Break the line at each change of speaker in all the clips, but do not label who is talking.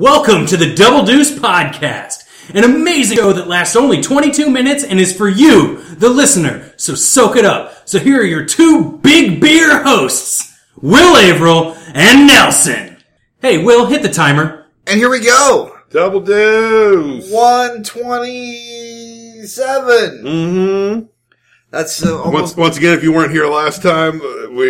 Welcome to the Double Deuce Podcast, an amazing show that lasts only 22 minutes and is for you, the listener. So soak it up. So here are your two big beer hosts, Will Averill and Nelson. Hey, Will, hit the timer.
And here we go.
Double deuce.
127.
Mm-hmm.
That's uh,
Once,
almost
once again, if you weren't here last time, uh, we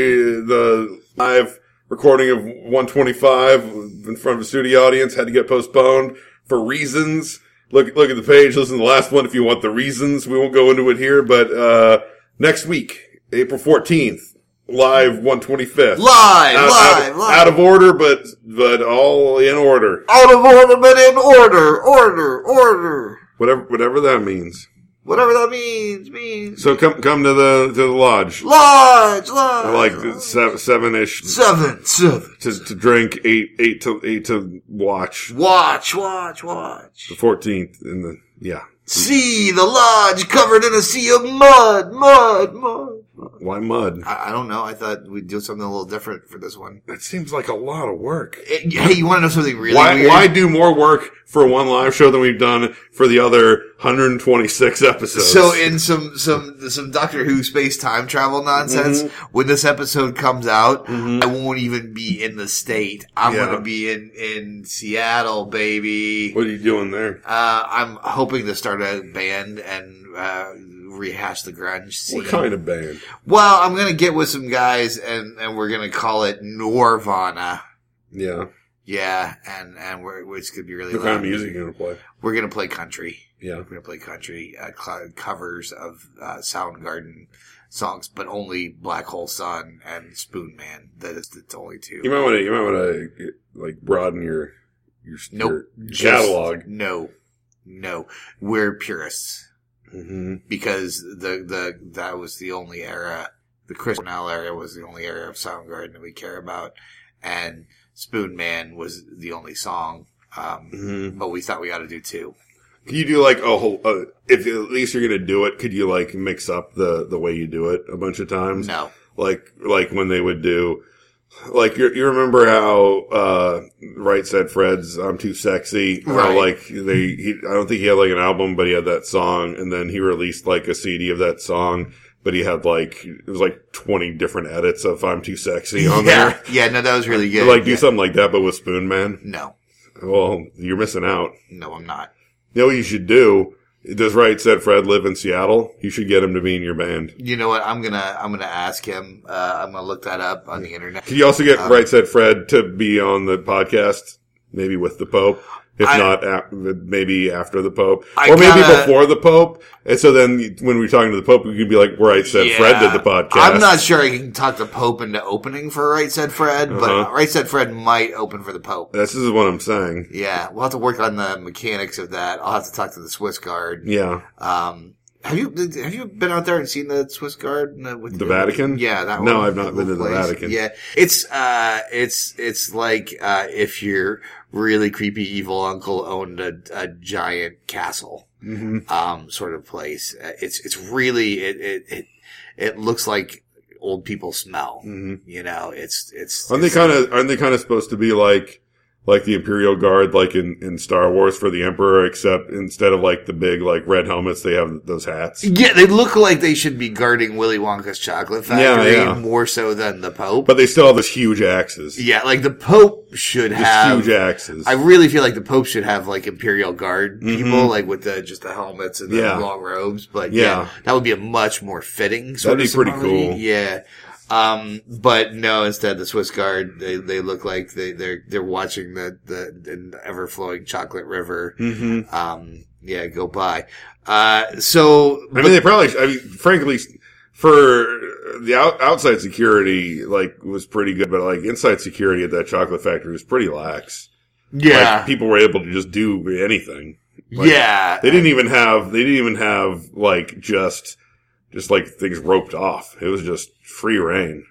the live recording of 125 in front of a studio audience had to get postponed for reasons. Look look at the page. Listen to the last one if you want the reasons. We won't go into it here, but uh, next week, April 14th, live 125th.
live,
Out,
live,
out,
live.
out of order, but but all in order.
Out of order, but in order, order, order.
Whatever whatever that means.
Whatever that means, means.
So come come to the to the lodge.
Lodge, lodge.
like seven, seven ish
seven, seven.
to, to drink, eight, eight to eight to watch.
Watch, watch, watch.
The fourteenth in the yeah.
See the lodge covered in a sea of mud, mud, mud. mud.
Why mud?
I, I don't know. I thought we'd do something a little different for this one.
That seems like a lot of work.
It- hey, you want to know something really
why
weird?
why do more work for one live show than we've done for the other 126 episodes?
So in some some some Doctor Who space time travel nonsense,
Mm-hmm.
when this episode comes out, I won't even be in the state. I'm
Yeah.
going to be in in Seattle, baby.
what are you doing there?
Uh, I'm hoping to start a band and uh, rehash the grunge scene.
What kind of band?
Well, I'm going to get with some guys and and we're going to call it Norvana.
Yeah.
Yeah, and and we're, it's going to be really
What kind of
loud.
music you gonna play?
We're going to play country.
Yeah.
We're gonna play country uh, cl- covers of uh, Soundgarden songs, but only Black Hole Sun and Spoon Man. That is the only two.
You might want to. You might want to like broaden your your,
Nope.
your
Just-
catalog.
No, no, we're purists
Mm-hmm.
because the the that was the only era. The Chris Cornell era was the only era of Soundgarden that we care about, and Spoon Man was the only song. Um,
Mm-hmm.
but we thought we ought to do two.
Can you do like a whole? Uh, if at least you're gonna do it, could you like mix up the the way you do it a bunch of times?
No,
Like like when they would do, like you you remember how uh Right Said Fred's "I'm Too Sexy," how,
Right.
like they he, I don't think he had like an album, but he had that song, and then he released like a CD of that song. But he had like it was like twenty different edits of "I'm Too Sexy" on
yeah,
there.
yeah, no, that was really good.
like do
Yeah.
something like that, but with Spoon Man.
No,
Well, you're missing out.
no, I'm not.
You know what you should do? Does Right Said Fred live in Seattle? You should get him to be in your band.
You know what? I'm gonna I'm gonna ask him. Uh, I'm gonna look that up on the internet.
Can you also get
Um,
Right Said Fred to be on the podcast? Maybe with the Pope. If
I-
not, a- maybe after the Pope,
I
or maybe
gotta-
before the Pope. And so then, you- when we're talking to the Pope, we could be like, "Right Said
Yeah.
Fred did the podcast."
I'm not sure I can talk the Pope into opening for Right Said Fred, but
Uh-huh.
Right Said Fred might open for the Pope.
This is what I'm saying.
Yeah, we'll have to work on the mechanics of that. I'll have to talk to the Swiss Guard.
Yeah,
Um, have you have you been out there and seen the Swiss Guard in with
The Vatican?
Yeah, that
No,
one.
I've not been to the
Place.
Vatican.
Yeah, it's uh, it's it's like uh, if your really creepy evil uncle owned a, a giant castle.
hmm
um, sort of place. Uh, It's it's really it it it, it looks like old people smell.
hmm
You know, it's it's.
aren't they
it's-
kind of aren't they kind of supposed to be like like the Imperial Guard, like in in Star Wars for the Emperor, except instead of like the big like red helmets, they have those hats.
Yeah, they look like they should be guarding Willy Wonka's chocolate factory
Yeah, yeah.
more so than the Pope.
But they still have those huge axes.
yeah, like the Pope should
Just
have.
huge axes.
I really feel like the Pope should have like Imperial Guard
Mhm.
people, like with the just the helmets and the
Yeah.
long robes. But yeah.
Yeah.
that would be a much more fitting. Sort
That'd
of
be pretty
similarity.
cool.
Yeah. Um, but no, instead the Swiss Guard, they, they look like they, they're, they're watching the, the, the ever flowing chocolate river.
Mhm.
Um, yeah, go by. Uh, so,
I mean, they probably. I mean, frankly, for the out, outside security, like was pretty good, but like inside security at that chocolate factory was pretty lax.
yeah,
like, people were able to just do anything. like,
yeah.
They didn't even have. They didn't even have like just just like things roped off. It was just free reign.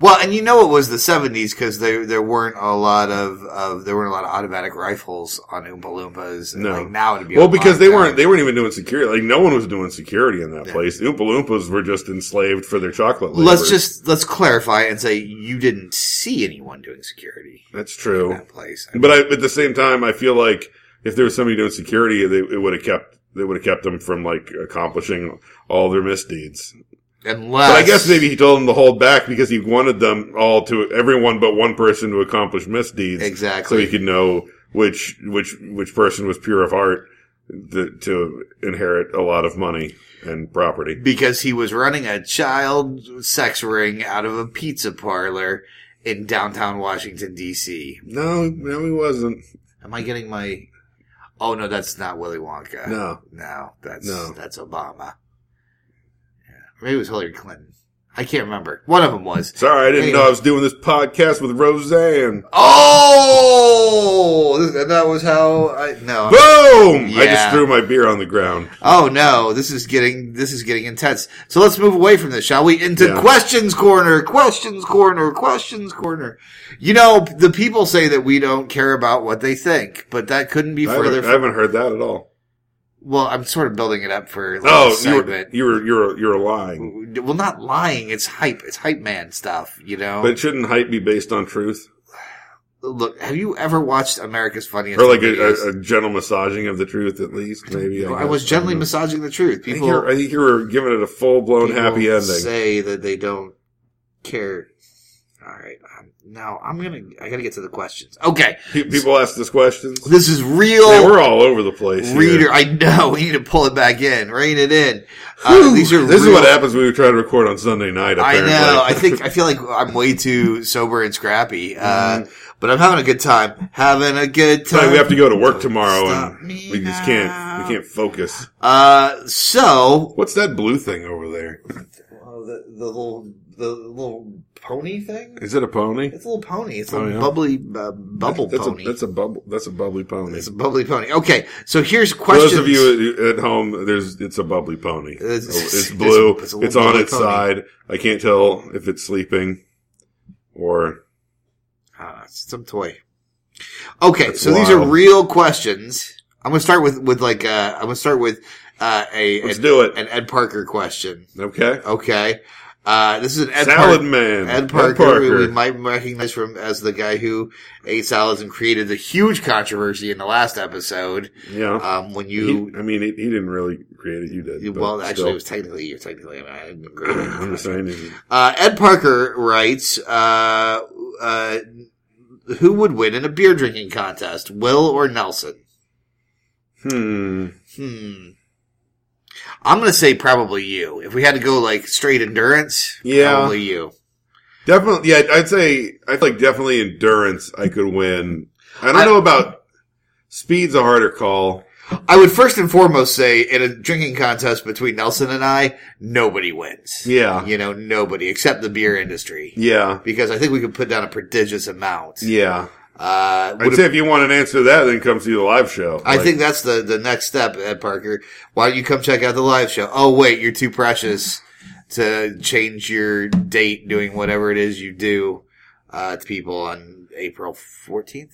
Well, and you know it was the '70s because there there weren't a lot of, of there weren't a lot of automatic rifles on Oompa Loompas. And
No.
like now it'd be
Well,
a
because
lot
they
better.
weren't they weren't even doing security. Like no one was doing security in that place. Oompa Loompas were just enslaved for their chocolate.
Let's
labor.
just let's clarify and say you didn't see anyone doing security
that's
in
true.
that place.
But I, at the same time, I feel like if there was somebody doing security, they it would have kept they would have kept them from like accomplishing all their misdeeds.
unless
But I guess maybe he told them to hold back because he wanted them all to everyone but one person to accomplish misdeeds, so
exactly.
he could know which which which person was pure of heart th to inherit a lot of money and property.
because he was running a child sex ring out of a pizza parlor in downtown Washington D.C.
No, no, he wasn't.
Am I getting my? Oh no, that's not Willy Wonka.
No,
no, that's
No.
that's Obama. Yeah. Maybe it was Hillary Clinton. I can't remember. One of them was.
sorry, I didn't
Anyway.
know I was doing this podcast with Roseanne.
Oh, th- that was how I no.
Boom! I
Yeah.
just threw my beer on the ground.
Oh no, this is getting this is getting intense. So let's move away from this, shall we? Into
Yeah.
questions corner, questions corner, questions corner. You know, the people say that we don't care about what they think, but that couldn't be
I
further.
haven't, I
From,
haven't heard that at all.
well, I'm sort of building it up for like, a
Oh, you were,
segment.
you were you were you were lying.
well, not lying. It's hype. It's hype man stuff. You know.
But shouldn't hype be based on truth
Look, have you ever watched America's Funniest?
or like a,
Videos?
a, a gentle massaging of the truth at least? Maybe
I
guess.
was gently
don't know.
massaging the truth.
I think
People,
you're- I think you were giving it a full blown
people
happy ending.
Say that they don't care. All right, um, now I'm gonna. I gotta get to the questions. Okay,
Pe- People ask us questions.
this is
Man,
real
we're all over the place. here.
reader. I know we need to pull it back in, rein it in. Uh, these are
this is
real-
what happens when we try to record on Sunday night.
I
Apparently.
know. I think I feel like I'm way too sober and scrappy, uh, but I'm having a good time. Having a good
It's like
time.
Mm-hmm. we have to go to work tomorrow,
Stop
and
me
we just
now.
can't. We can't focus.
Uh, so
What's that blue thing over there?
Oh, the the little the little pony thing.
Is it a pony?
It's a little pony. It's a
Oh,
little
yeah.
bubbly uh, bubble
that's
pony.
A, that's a bubble. That's a bubbly pony.
it's a bubbly pony. Okay, so here's
For
questions.
those of you at, at home, there's it's a bubbly pony. Oh,
It's-
It's,
it's a-
blue.
it's
It's,
a little
on
bubbly
its
pony.
side. I can't tell if it's sleeping or
Ah, it's some toy. Okay,
That's
so these are
wild.
real questions. I'm gonna start with with like uh, I'm gonna start with uh, a
let's
an,
do it.
an Ed Parker question.
Okay,
Okay, uh, this is an Ed
Salad
Parker.
Man.
Ed Parker, who we might recognize from as the guy who ate salads and created the huge controversy in the last episode.
yeah,
Um, when
He-
you
I mean, he, he didn't really create it. You did. but
Well, actually,
still.
it was technically you're technically. I didn't agree.
I'm just saying. he-
Uh, Ed Parker writes, uh, uh, "Who would win in a beer drinking contest, Will or Nelson?"
Hmm.
Hmm. I'm gonna say probably you. If we had to go like straight endurance,
Yeah.
probably you.
Definitely. Yeah, I'd say I like definitely endurance. I could win. I don't
I-
know about speed's a harder call.
I would first and foremost say in a drinking contest between Nelson and I, nobody wins.
Yeah.
You know, nobody except the beer industry.
Yeah.
Because I think we could put down a prodigious amount.
Yeah.
Uh,
I'd
would
say if you want an answer to that, then come see the live show.
I
Like,
think that's the, the next step, Ed Parker. Why don't you come check out the live show? Oh, wait, you're too precious to change your date doing whatever it is you do uh, to people on April 14th?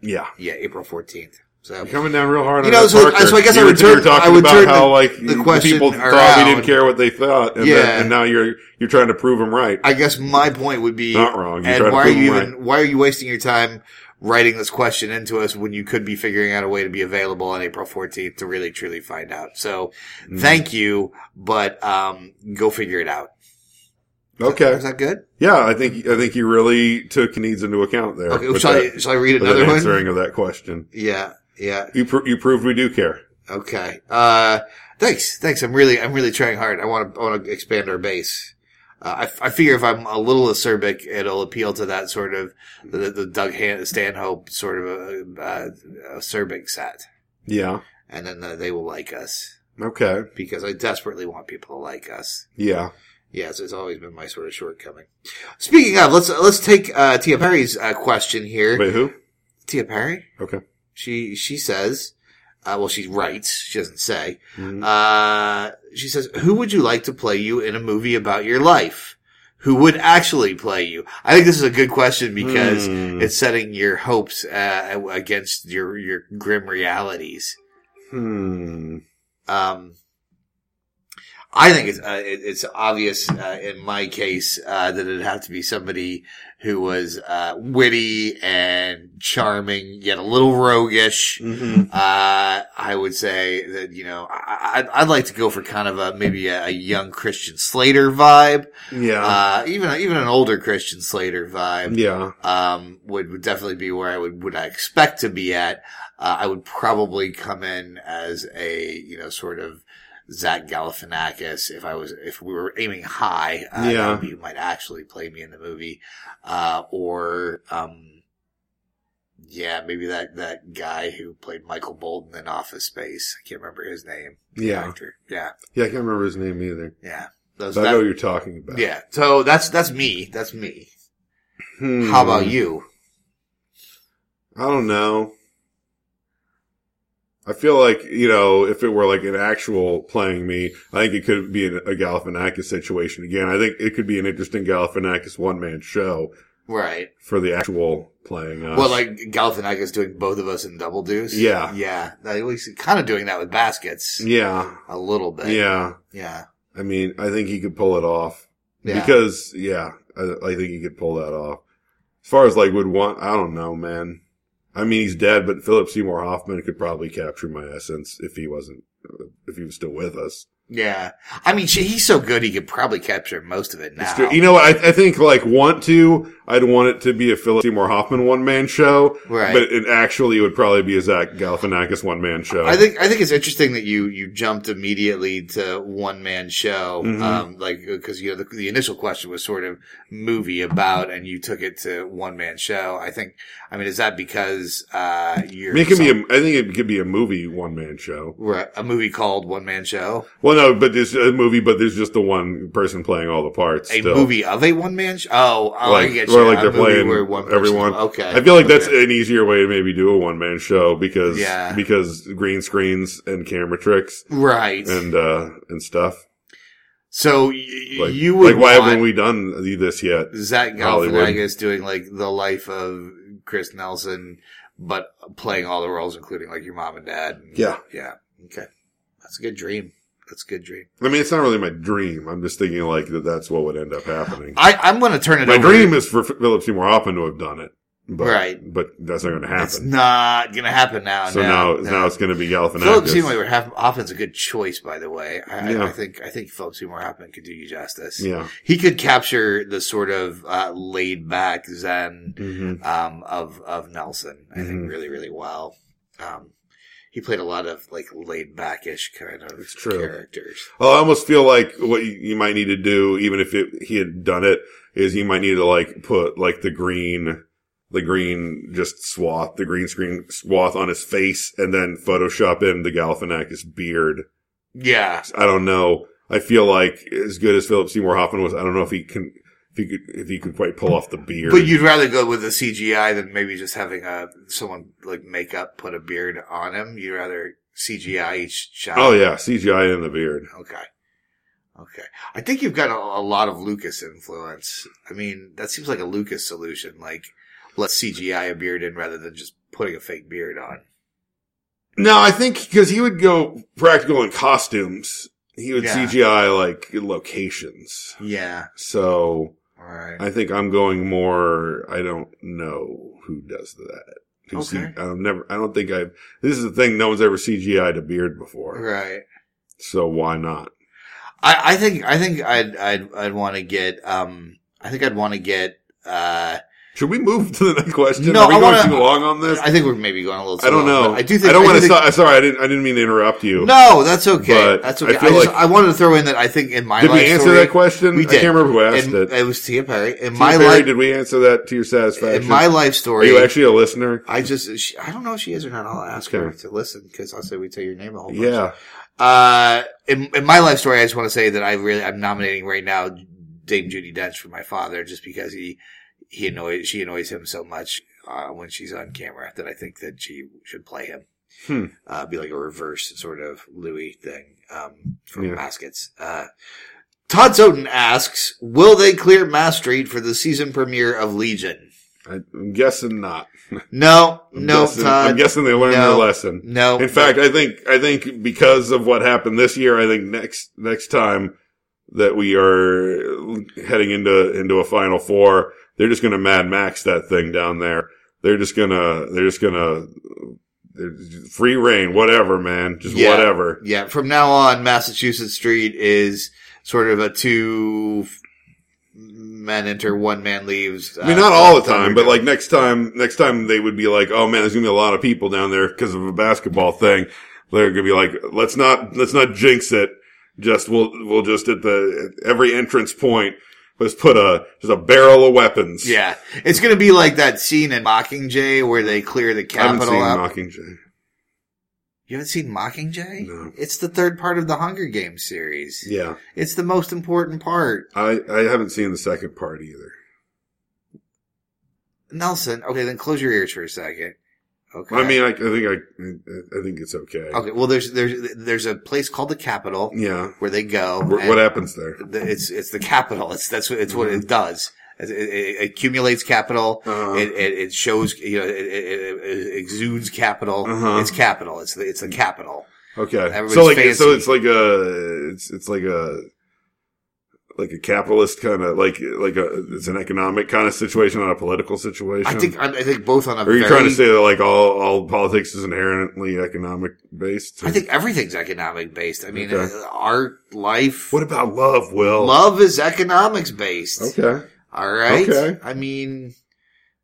yeah,
Yeah, April 14th. So,
You're coming down real hard.
You
on
know,
Ed
so-
Parker.
so I guess I
You were-
would
you were
turn-
talking
I would
about
turn
how
the-
like
the question
people thought
around.
we didn't care what they thought, and,
Yeah.
then, and now you're you're trying to prove them right.
I guess my point would be,
Not wrong. You're
Ed,
trying to
why are
prove
you
them
even, why are you wasting your time writing this question into us when you could be figuring out a way to be available on April 14th to really truly find out? So,
Mm.
thank you, but um, go figure it out.
Okay,
Is that good?
yeah, I think I think you really took needs into account there.
Okay,
with
shall
that-
I, shall I read
with
another
that
one?
answering of that question.
Yeah, yeah.
You pr- you proved we do care.
Okay. Uh, thanks, thanks. I'm really, I'm really trying hard. I want to, I want to expand our base. Uh, I, f- I figure if I'm a little acerbic, it'll appeal to that sort of the, the Doug Han- Stanhope sort of a, uh acerbic set,
Yeah.
and then uh, they will like us
Okay.
because I desperately want people to like us.
Yeah.
Yes, it's always been my sort of shortcoming. Speaking of, let's let's take uh, Tia Perry's uh, question here.
Wait, who?
Tia Perry.
Okay.
She she says, uh, well, she writes. She doesn't say.
Mhm.
Uh, she says, who would you like to play you in a movie about your life? who would actually play you? I think this is a good question because
Hmm.
it's setting your hopes uh, against your your grim realities.
Hmm.
Um, I think it's uh, it, it's obvious uh, in my case uh, that it'd have to be somebody who was uh, witty and charming, yet a little roguish.
Mm-hmm.
Uh, I would say that you know I, I'd, I'd like to go for kind of a maybe a, a young Christian Slater vibe,
hmm. Yeah.
uh, even even an older Christian Slater vibe
yeah.
um, would, would definitely be where I would, would I expect to be at. Uh, I would probably come in as a, you know, sort of Zach Galifianakis if I was, if we were aiming high. Uh, that
Yeah.
would be who might actually play me in the movie. Uh, or, um, yeah, maybe that, that guy who played Michael Bolton in Office Space. I can't remember his name.
Yeah.
Actor. Yeah.
Yeah. I can't remember his name either.
Yeah. Those,
But I know
that,
who you're talking about.
yeah. So that's, that's me. That's me.
Hmm.
How about you?
I don't know. I feel like, you know, if it were like an actual playing me, I think it could be an, a Galifianakis situation again. I think it could be an interesting Galifianakis one man show
Right.
for the actual playing us.
Well, like Galifianakis doing both of us in double deuce.
Yeah.
yeah. At least kind of doing that with baskets
yeah,
a little bit.
yeah.
yeah,
I mean, I think he could pull it off
yeah.
because, yeah, I, I think he could pull that off. As far as like would want, I don't know, man. I mean, he's dead, but Philip Seymour Hoffman could probably capture my essence if he wasn't, if he was still with us.
yeah. I mean, shit, he's so good he could probably capture most of it now.
It's true. You know, I, I think like want to, I'd want it to be a Philip Seymour Hoffman one man show,
Right.
But it actually would probably be a Zach Galifianakis one man show.
I think I think it's interesting that you you jumped immediately to one man show,
Mhm.
um, like because you know the, the initial question was sort of movie about, and you took it to one man show. I think. I mean, is that because uh,
I
you're
mean, it could be. A, I think it could be a movie one man show.
Right, a movie called One Man Show,
Well, no, but there's a movie, but there's just the one person playing all the parts.
a
still.
movie of a one man show. Oh, oh, I
Like,
get
or
you.
like
A
they're
movie
playing
where one person-
everyone.
Okay,
I feel like that's
Okay.
an easier way to maybe do a one man show because
Yeah.
because green screens and camera tricks
right.
and uh and stuff.
so y- y-
Like,
you would
like why
want
haven't we done this yet?
Zach
Hollywood.
Galifianakis doing like the life of Chris Nelson, but playing all the roles, including like your mom and dad.
Yeah.
yeah. Okay, that's a good dream. That's a good dream.
I mean, it's not really my dream. I'm just thinking like that. That's what would end up happening.
I I'm gonna turn it.
my
over.
dream is for Philip Seymour Hoffman to have done it, but,
Right.
But that's not going to
It's
happen.
not gonna happen now.
so now, now, it's going to be Galifianakis.
Philip Seymour Hoff- Hoffman's a good choice, by the way. I,
Yeah.
I think I think Philip Seymour Hoffman could do you justice.
Yeah.
he could capture the sort of uh, laid back zen
hmm
um, of of Nelson. I
Mhm.
think really really well. Um, he played a lot of like laid backish kind of
It's true.
characters.
Oh, I almost feel like what you, you might need to do, even if it, he had done it, is you might need to like put like the green, the green just swath, the green screen swath on his face, and then Photoshop in the Galifianakis beard.
Yeah,
I don't know. I feel like as good as Philip Seymour Hoffman was, I don't know if he can, if he could, if he could quite pull off the beard.
but you'd rather go with the CGI than maybe just having a someone like makeup put a beard on him. You'd rather CGI each shot.
oh yeah, CGI in the beard.
Okay. Okay. I think you've got a, a lot of Lucas influence. I mean, that seems like a Lucas solution. Like, let's CGI a beard in rather than just putting a fake beard on.
No, I think because he would go practical in costumes. He would
Yeah.
CGI like locations.
Yeah.
So
All right.
I think I'm going more. I don't know who does that. Who C-
Okay.
I've never. I don't think I've. This is the thing. No one's ever CGI'd a beard before.
Right.
So why not?
I, I think, I think I'd, I'd, I'd want to get, um, I think I'd want to get, uh,
Should we move to the next question?
No,
Are we
I
going
wanna-
too long on this?
I think we're maybe going a little too
I
long,
don't know.
but I do think,
I don't want
do
to.
think-
St- sorry, I didn't. I didn't mean to interrupt you.
No, that's okay.
But
That's
I
okay. I,
feel
just,
like-
I wanted to throw in that I think in my
did we
life
answer
story-
that question?
We
I can't
did.
remember who asked
in-
it.
it was Tia Perry. In
Tia
my
Perry,
life,
did we answer that to your satisfaction?
in my life
Are
story,
you actually a listener?
I just, she, I don't know if she is or not. I'll ask her
Okay.
to listen because I'll say we tell your name a whole bunch.
Yeah.
Uh, in, in my life story, I just want to say that I really, I'm nominating right now Dame Judy Dench for my father just because he, he annoys, she annoys him so much, uh, when she's on camera that I think that she should play him.
Hmm.
Uh, be like a reverse sort of Louis thing, um, from
Yeah.
baskets. Uh, Todd Soden asks, "Will they clear Mass Street for the season premiere of Legion?"
I'm guessing not.
No,
I'm
no,
guessing,
Todd.
I'm guessing they learned
No.
their lesson.
No.
In fact, I think I think because of what happened this year, I think next next time that we are heading into into a final four, they're just going to Mad Max that thing down there. They're just gonna they're just gonna they're just- free reign, whatever, man, just
Yeah.
whatever.
yeah, from now on, Massachusetts Street is sort of a two men enter, one man leaves. uh,
I mean, not all the time, but like next time, next time they would be like, "Oh man, there's gonna be a lot of people down there because of a basketball thing." They're gonna be like, "Let's not, let's not jinx it. Just we'll, we'll just at the at every entrance point, let's put a just a barrel of weapons."
yeah, it's gonna be like that scene in Mockingjay where they clear the
I haven't
Capitol
seen
out.
Mockingjay.
you haven't seen Mockingjay?
No.
It's the third part of the Hunger Games series.
Yeah,
It's the most important part.
I I haven't seen the second part either.
Nelson, okay, then close your ears for a second. Okay.
I mean, I, I think I I think it's okay.
okay. Well, there's there's there's a place called the Capitol
Yeah.
where they go.
Wh-
and-
what happens there?
the, it's it's the capital. It's that's what it's what it does. It, it- it accumulates capital.
Mm-hmm. Uh-huh.
It, it it shows you know it, it, it- it exudes capital.
Uh-huh.
It's capital. It's the it's the capital.
Okay.
Everybody's
So like so
fancy.
it's like a it's it's like a like a capitalist kind of like like a it's an economic kind of situation, not a political situation.
I think I think both on a
Or are you
very,
trying to say that like all all politics is inherently economic based?
I think everything's economic based. I mean,
Okay.
uh art, life,
What about love, Will?
love is economics based.
Okay.
All right.
Okay.
I mean,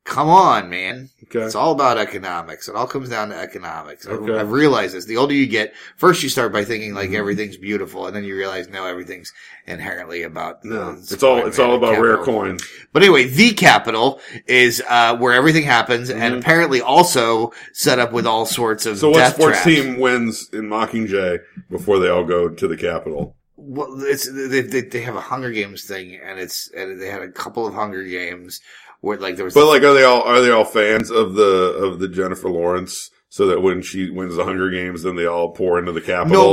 come on, man.
Okay.
It's all about economics. It all comes down to economics.
Okay.
I, I realize this. The older you get, first you start by thinking like
Mhm.
everything's beautiful, and then you realize no, everything's inherently about
No,
uh,
it's all it's all about rare
capital.
coins.
But anyway, the capital is uh, where everything happens, and
Mhm.
apparently also set up with all sorts of.
So, what
death
sports
traps.
team wins in Mockingjay before they all go to the Capitol?
Well, it's they, they, they have a Hunger Games thing, and it's and they had a couple of Hunger Games where like there was.
But like, are they all are they all fans of the of the Jennifer Lawrence? So that when she wins the Hunger Games, then they all pour into the Capitol.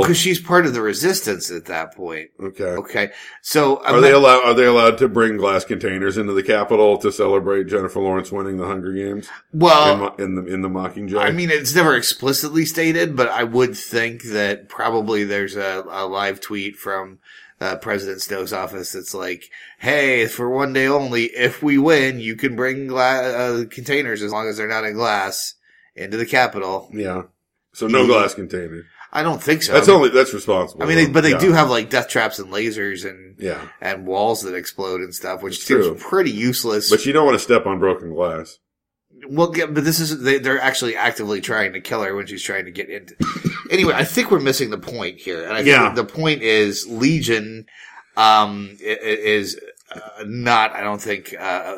no, because she's part of the resistance at that point.
okay.
Okay, so
Are they allowed? Are they allowed to bring glass containers into the Capitol to celebrate Jennifer Lawrence winning the Hunger Games
well?
in, Mo- in the in the Mockingjay?
Uh, I mean, it's never explicitly stated, but I would think that probably there's a, a live tweet from uh, President Snow's office that's like, "Hey, for one day only, if we win, you can bring gla- uh, containers as long as they're not in glass into the Capitol."
yeah. So no
Yeah.
glass containers.
I don't think so.
That's
I mean,
only that's responsible.
I mean, they, but they
Yeah.
do have like death traps and lasers and
Yeah,
and walls that explode and stuff, which
It's
seems
true.
pretty useless.
but you don't want to step on broken glass.
Well, yeah, but this is they, they're actually actively trying to kill her when she's trying to get into. anyway, I think we're missing the point here, and I think
Yeah.
the point is Legion um, i- i- is uh, not, I don't think, uh,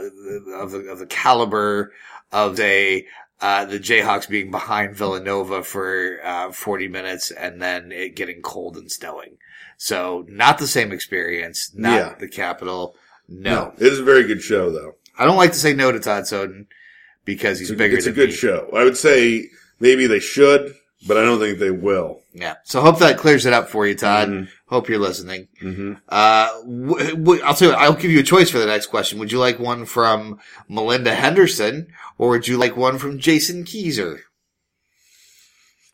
of the of the caliber of a. Uh, the Jayhawks being behind Villanova for uh, 40 minutes and then it getting cold and snowing. So not the same experience, not
Yeah.
the capital. No.
it is a very good show though.
I don't like to say no to Todd Soden because he's
It's, a-
bigger
it's a
than
good
me.
show. I would say maybe they should, but I don't think they will.
Yeah. So hope that clears it up for you, Todd.
Mhm.
Hope you're listening.
Mm-hmm.
Uh, w- w- I'll tell you, what, I'll give you a choice for the next question. Would you like one from Melinda Henderson or would you like one from Jason Keyser?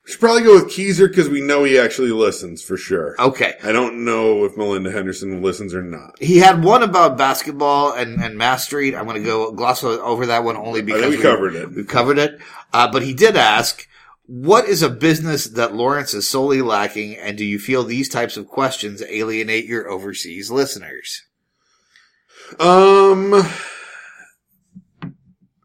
Should probably go with Keezer because we know he actually listens for sure.
Okay.
I don't know if Melinda Henderson listens or not.
He had one about basketball and, and mastery. I'm going to go gloss over that one only
I
because
think we covered it.
we covered it. Uh, but he did ask, what is a business that Lawrence is solely lacking? And do you feel these types of questions alienate your overseas listeners?
Um,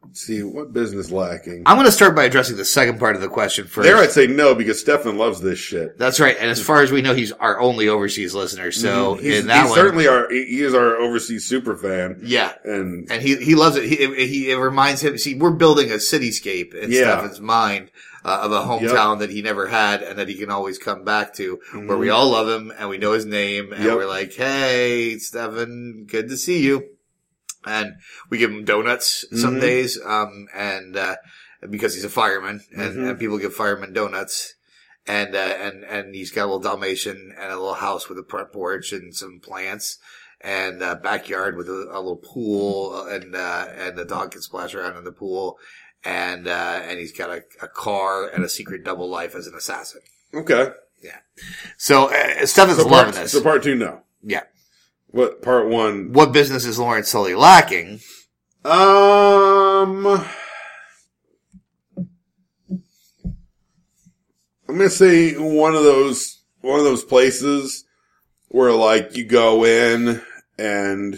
let's see what business lacking.
I'm going to start by addressing the second part of the question first.
There, I'd say no because Stefan loves this shit.
That's right. And as far as we know, he's our only overseas listener. So
Mm-hmm. he's,
in that
he's
one,
certainly our he he is our overseas super fan,
yeah.
and
And he, he loves it. He, he, it reminds him, see, we're building a cityscape in
Yeah.
Stefan's mind uh, of a hometown that he never had and that he can always come back to where we all love him and we know his name and
Yep.
we're like, Hey, Stefan, good to see you. And we give him donuts some
Mhm.
days. Um, and, uh, because he's a fireman and,
Mhm.
and people give firemen donuts. and uh, and and he's got a little Dalmatian and a little house with a front porch and some plants and a backyard with a, a little pool and uh, and the dog can splash around in the pool and uh, and he's got a, a car and a secret double life as an assassin.
Okay.
So uh, Stefan's
So
loving
part,
this.
so part two, no.
Yeah.
What part one?
What business is Lawrence Sully lacking?
Um, I'm gonna say one of those one of those places where like you go in and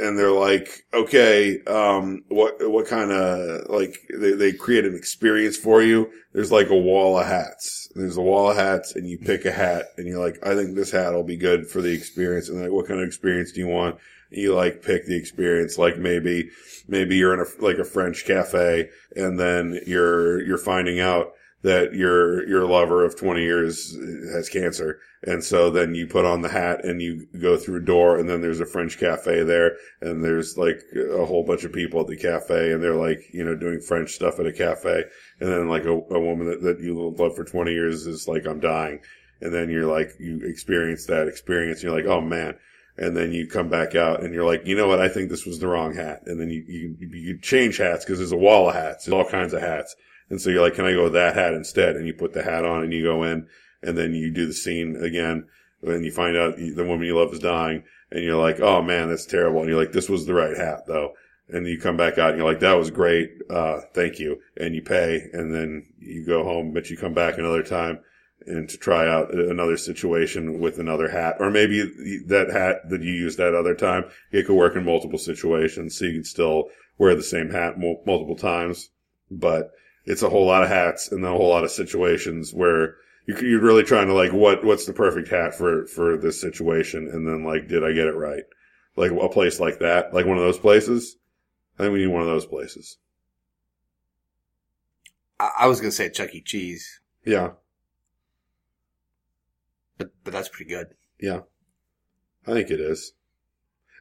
and they're like, okay, um, what what kind of like they they create an experience for you. There's like a wall of hats. There's a wall of hats, and you pick a hat, and you're like, I think this hat will be good for the experience. And they're like, what kind of experience do you want? you like pick the experience like maybe maybe you're in a like a french cafe and then you're you're finding out that your your lover of 20 years has cancer and so then you put on the hat and you go through a door and then there's a french cafe there and there's like a whole bunch of people at the cafe and they're like you know doing french stuff at a cafe and then like a, a woman that, that you love for 20 years is like i'm dying and then you're like you experience that experience you're like oh man and then you come back out and you're like, you know what? I think this was the wrong hat. And then you, you, you change hats because there's a wall of hats. There's all kinds of hats. And so you're like, can I go with that hat instead? And you put the hat on and you go in and then you do the scene again. And you find out the woman you love is dying and you're like, oh man, that's terrible. And you're like, this was the right hat though. And you come back out and you're like, that was great. Uh, thank you. And you pay and then you go home, but you come back another time and to try out another situation with another hat, or maybe that hat that you used that other time, it could work in multiple situations, so you can still wear the same hat mul- multiple times. But it's a whole lot of hats and then a whole lot of situations where you c- you're really trying to like, what what's the perfect hat for for this situation, and then like, did I get it right? Like a place like that, like one of those places. I think we need one of those places.
I, I was gonna say Chuck E. Cheese,
Yeah,
but but that's pretty good.
yeah, I think it is.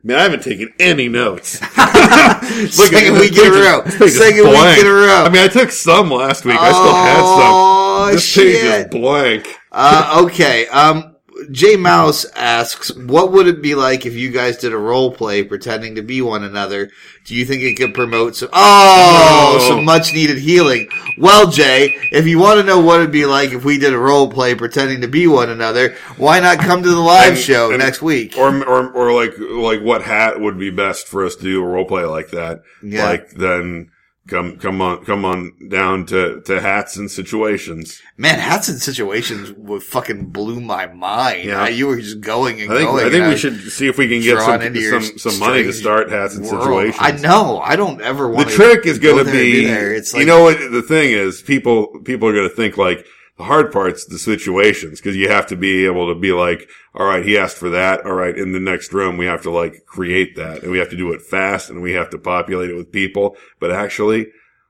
Man, I haven't taken any notes.
second
at-
week in a
look
row.
at- look at
Second week
blank.
in a row.
I mean, I took some last week. I still had some.
Oh,
This
shit.
page is blank.
uh, okay. Um, J Mouse asks, "What would it be like if you guys did a role play pretending to be one another? Do you think it could promote some oh,
No.
some much needed healing?" Well, Jay, if you want to know what it'd be like if we did a role play pretending to be one another, why not come to the live
And-
show
and-
next week?
Or, or, or like, like what hat would be best for us to do a role play like that?
Yeah.
Like then come, come on, come on down to, to hats and situations.
Man, hats and situations would fucking blew my mind.
Yeah.
Uh, you were just going and
I think,
going.
I think
and
we should see if we can get
Oh drawn
some,
into your
some, some money to
strange
start hats and
world.
situations.
I know. I don't ever
the
want
trick is
go
going to
there and
be,
be there. It's
you
like-
know what the thing is people people are going to think like the hard part's the situations because you have to be able to be like all right he asked for that all right in the next room we have to like create that and we have to do it fast and we have to populate it with people but actually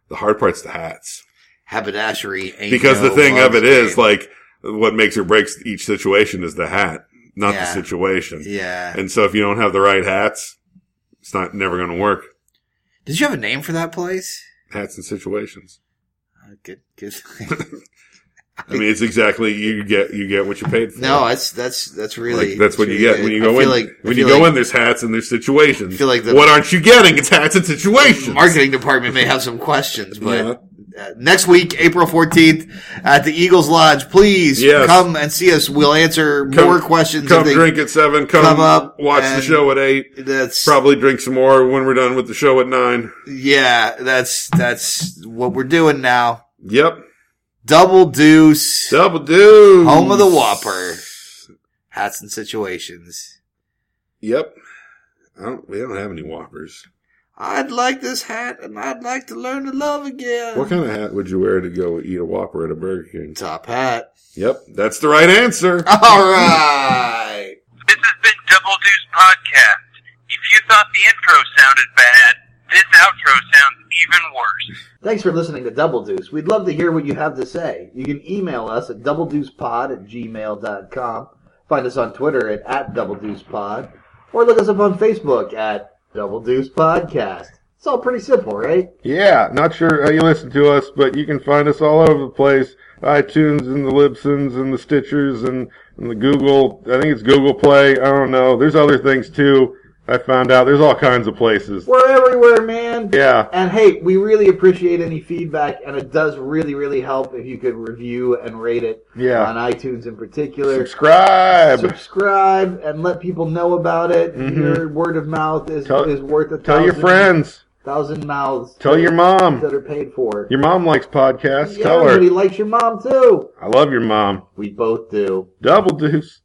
the hard part's the hats
haberdashery. Ain't
because
no
the thing of
love's
it is
game.
like what makes or breaks each situation is the hat not the
Yeah.
situation
yeah.
and so if you don't have the right hats it's not never going to work
Did you have a name for that place?
hats and situations
Uh, Good, good.
I mean, it's exactly you get you get what you paid for.
no, that's that's that's really
like, that's what you get when you
I
go
feel
in.
Like, I
when you
feel
go
like
in, there's hats and there's situations.
I feel like the-
what aren't you getting? It's hats and situations.
the marketing department may have some questions, but.
Yeah.
Uh, next week, April 14th, at the Eagles Lodge. Please
Yes.
come and see us. We'll answer
Come-
more questions.
Come
if they-
drink at seven. Come,
come up
up. Watch the
and-
show at eight.
That's
Probably drink some more when we're done with the show at nine.
yeah. That's that's what we're doing now.
Yep.
Double deuce.
Double do.
Home of the Whopper. Hats and situations.
Yep. I don't, we don't have any whoppers.
I'd like this hat, and I'd like to learn to love again.
What kind of hat would you wear to go eat a whopper at a Burger King?
Top hat.
Yep, that's the right answer.
All right.
This has been Double Deuce Podcast. If you thought the intro sounded bad, this outro sounds even worse.
Thanks for listening to Double Deuce. We'd love to hear what you have to say. You can email us at doubledeucepod at gmail.com. Find us on Twitter at, at doubledeucepod. Or look us up on Facebook at Double Deuce Podcast.
It's all pretty simple, right?
Yeah, not sure how you listen to us, but you can find us all over the place. iTunes and the Libsyns and the Stitchers and, and the Google. I think it's Google Play. I don't know. There's other things too. I found out there's all kinds of places.
We're everywhere, man.
Yeah.
And hey, we really appreciate any feedback, and it does really, really help if you could review and rate it
Yeah.
on iTunes in particular.
Subscribe.
Subscribe and let people know about it. Your word of mouth is,
Mm-hmm. Tell-
is worth a
Tell your
thousand-
friends.
Thousand mouths
Tell your mom.
that are paid for.
Your mom likes podcasts.
yeah,
Tell her.
everybody likes your mom too.
I love your mom.
We both do.
Double deuce.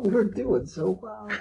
We're doing so well.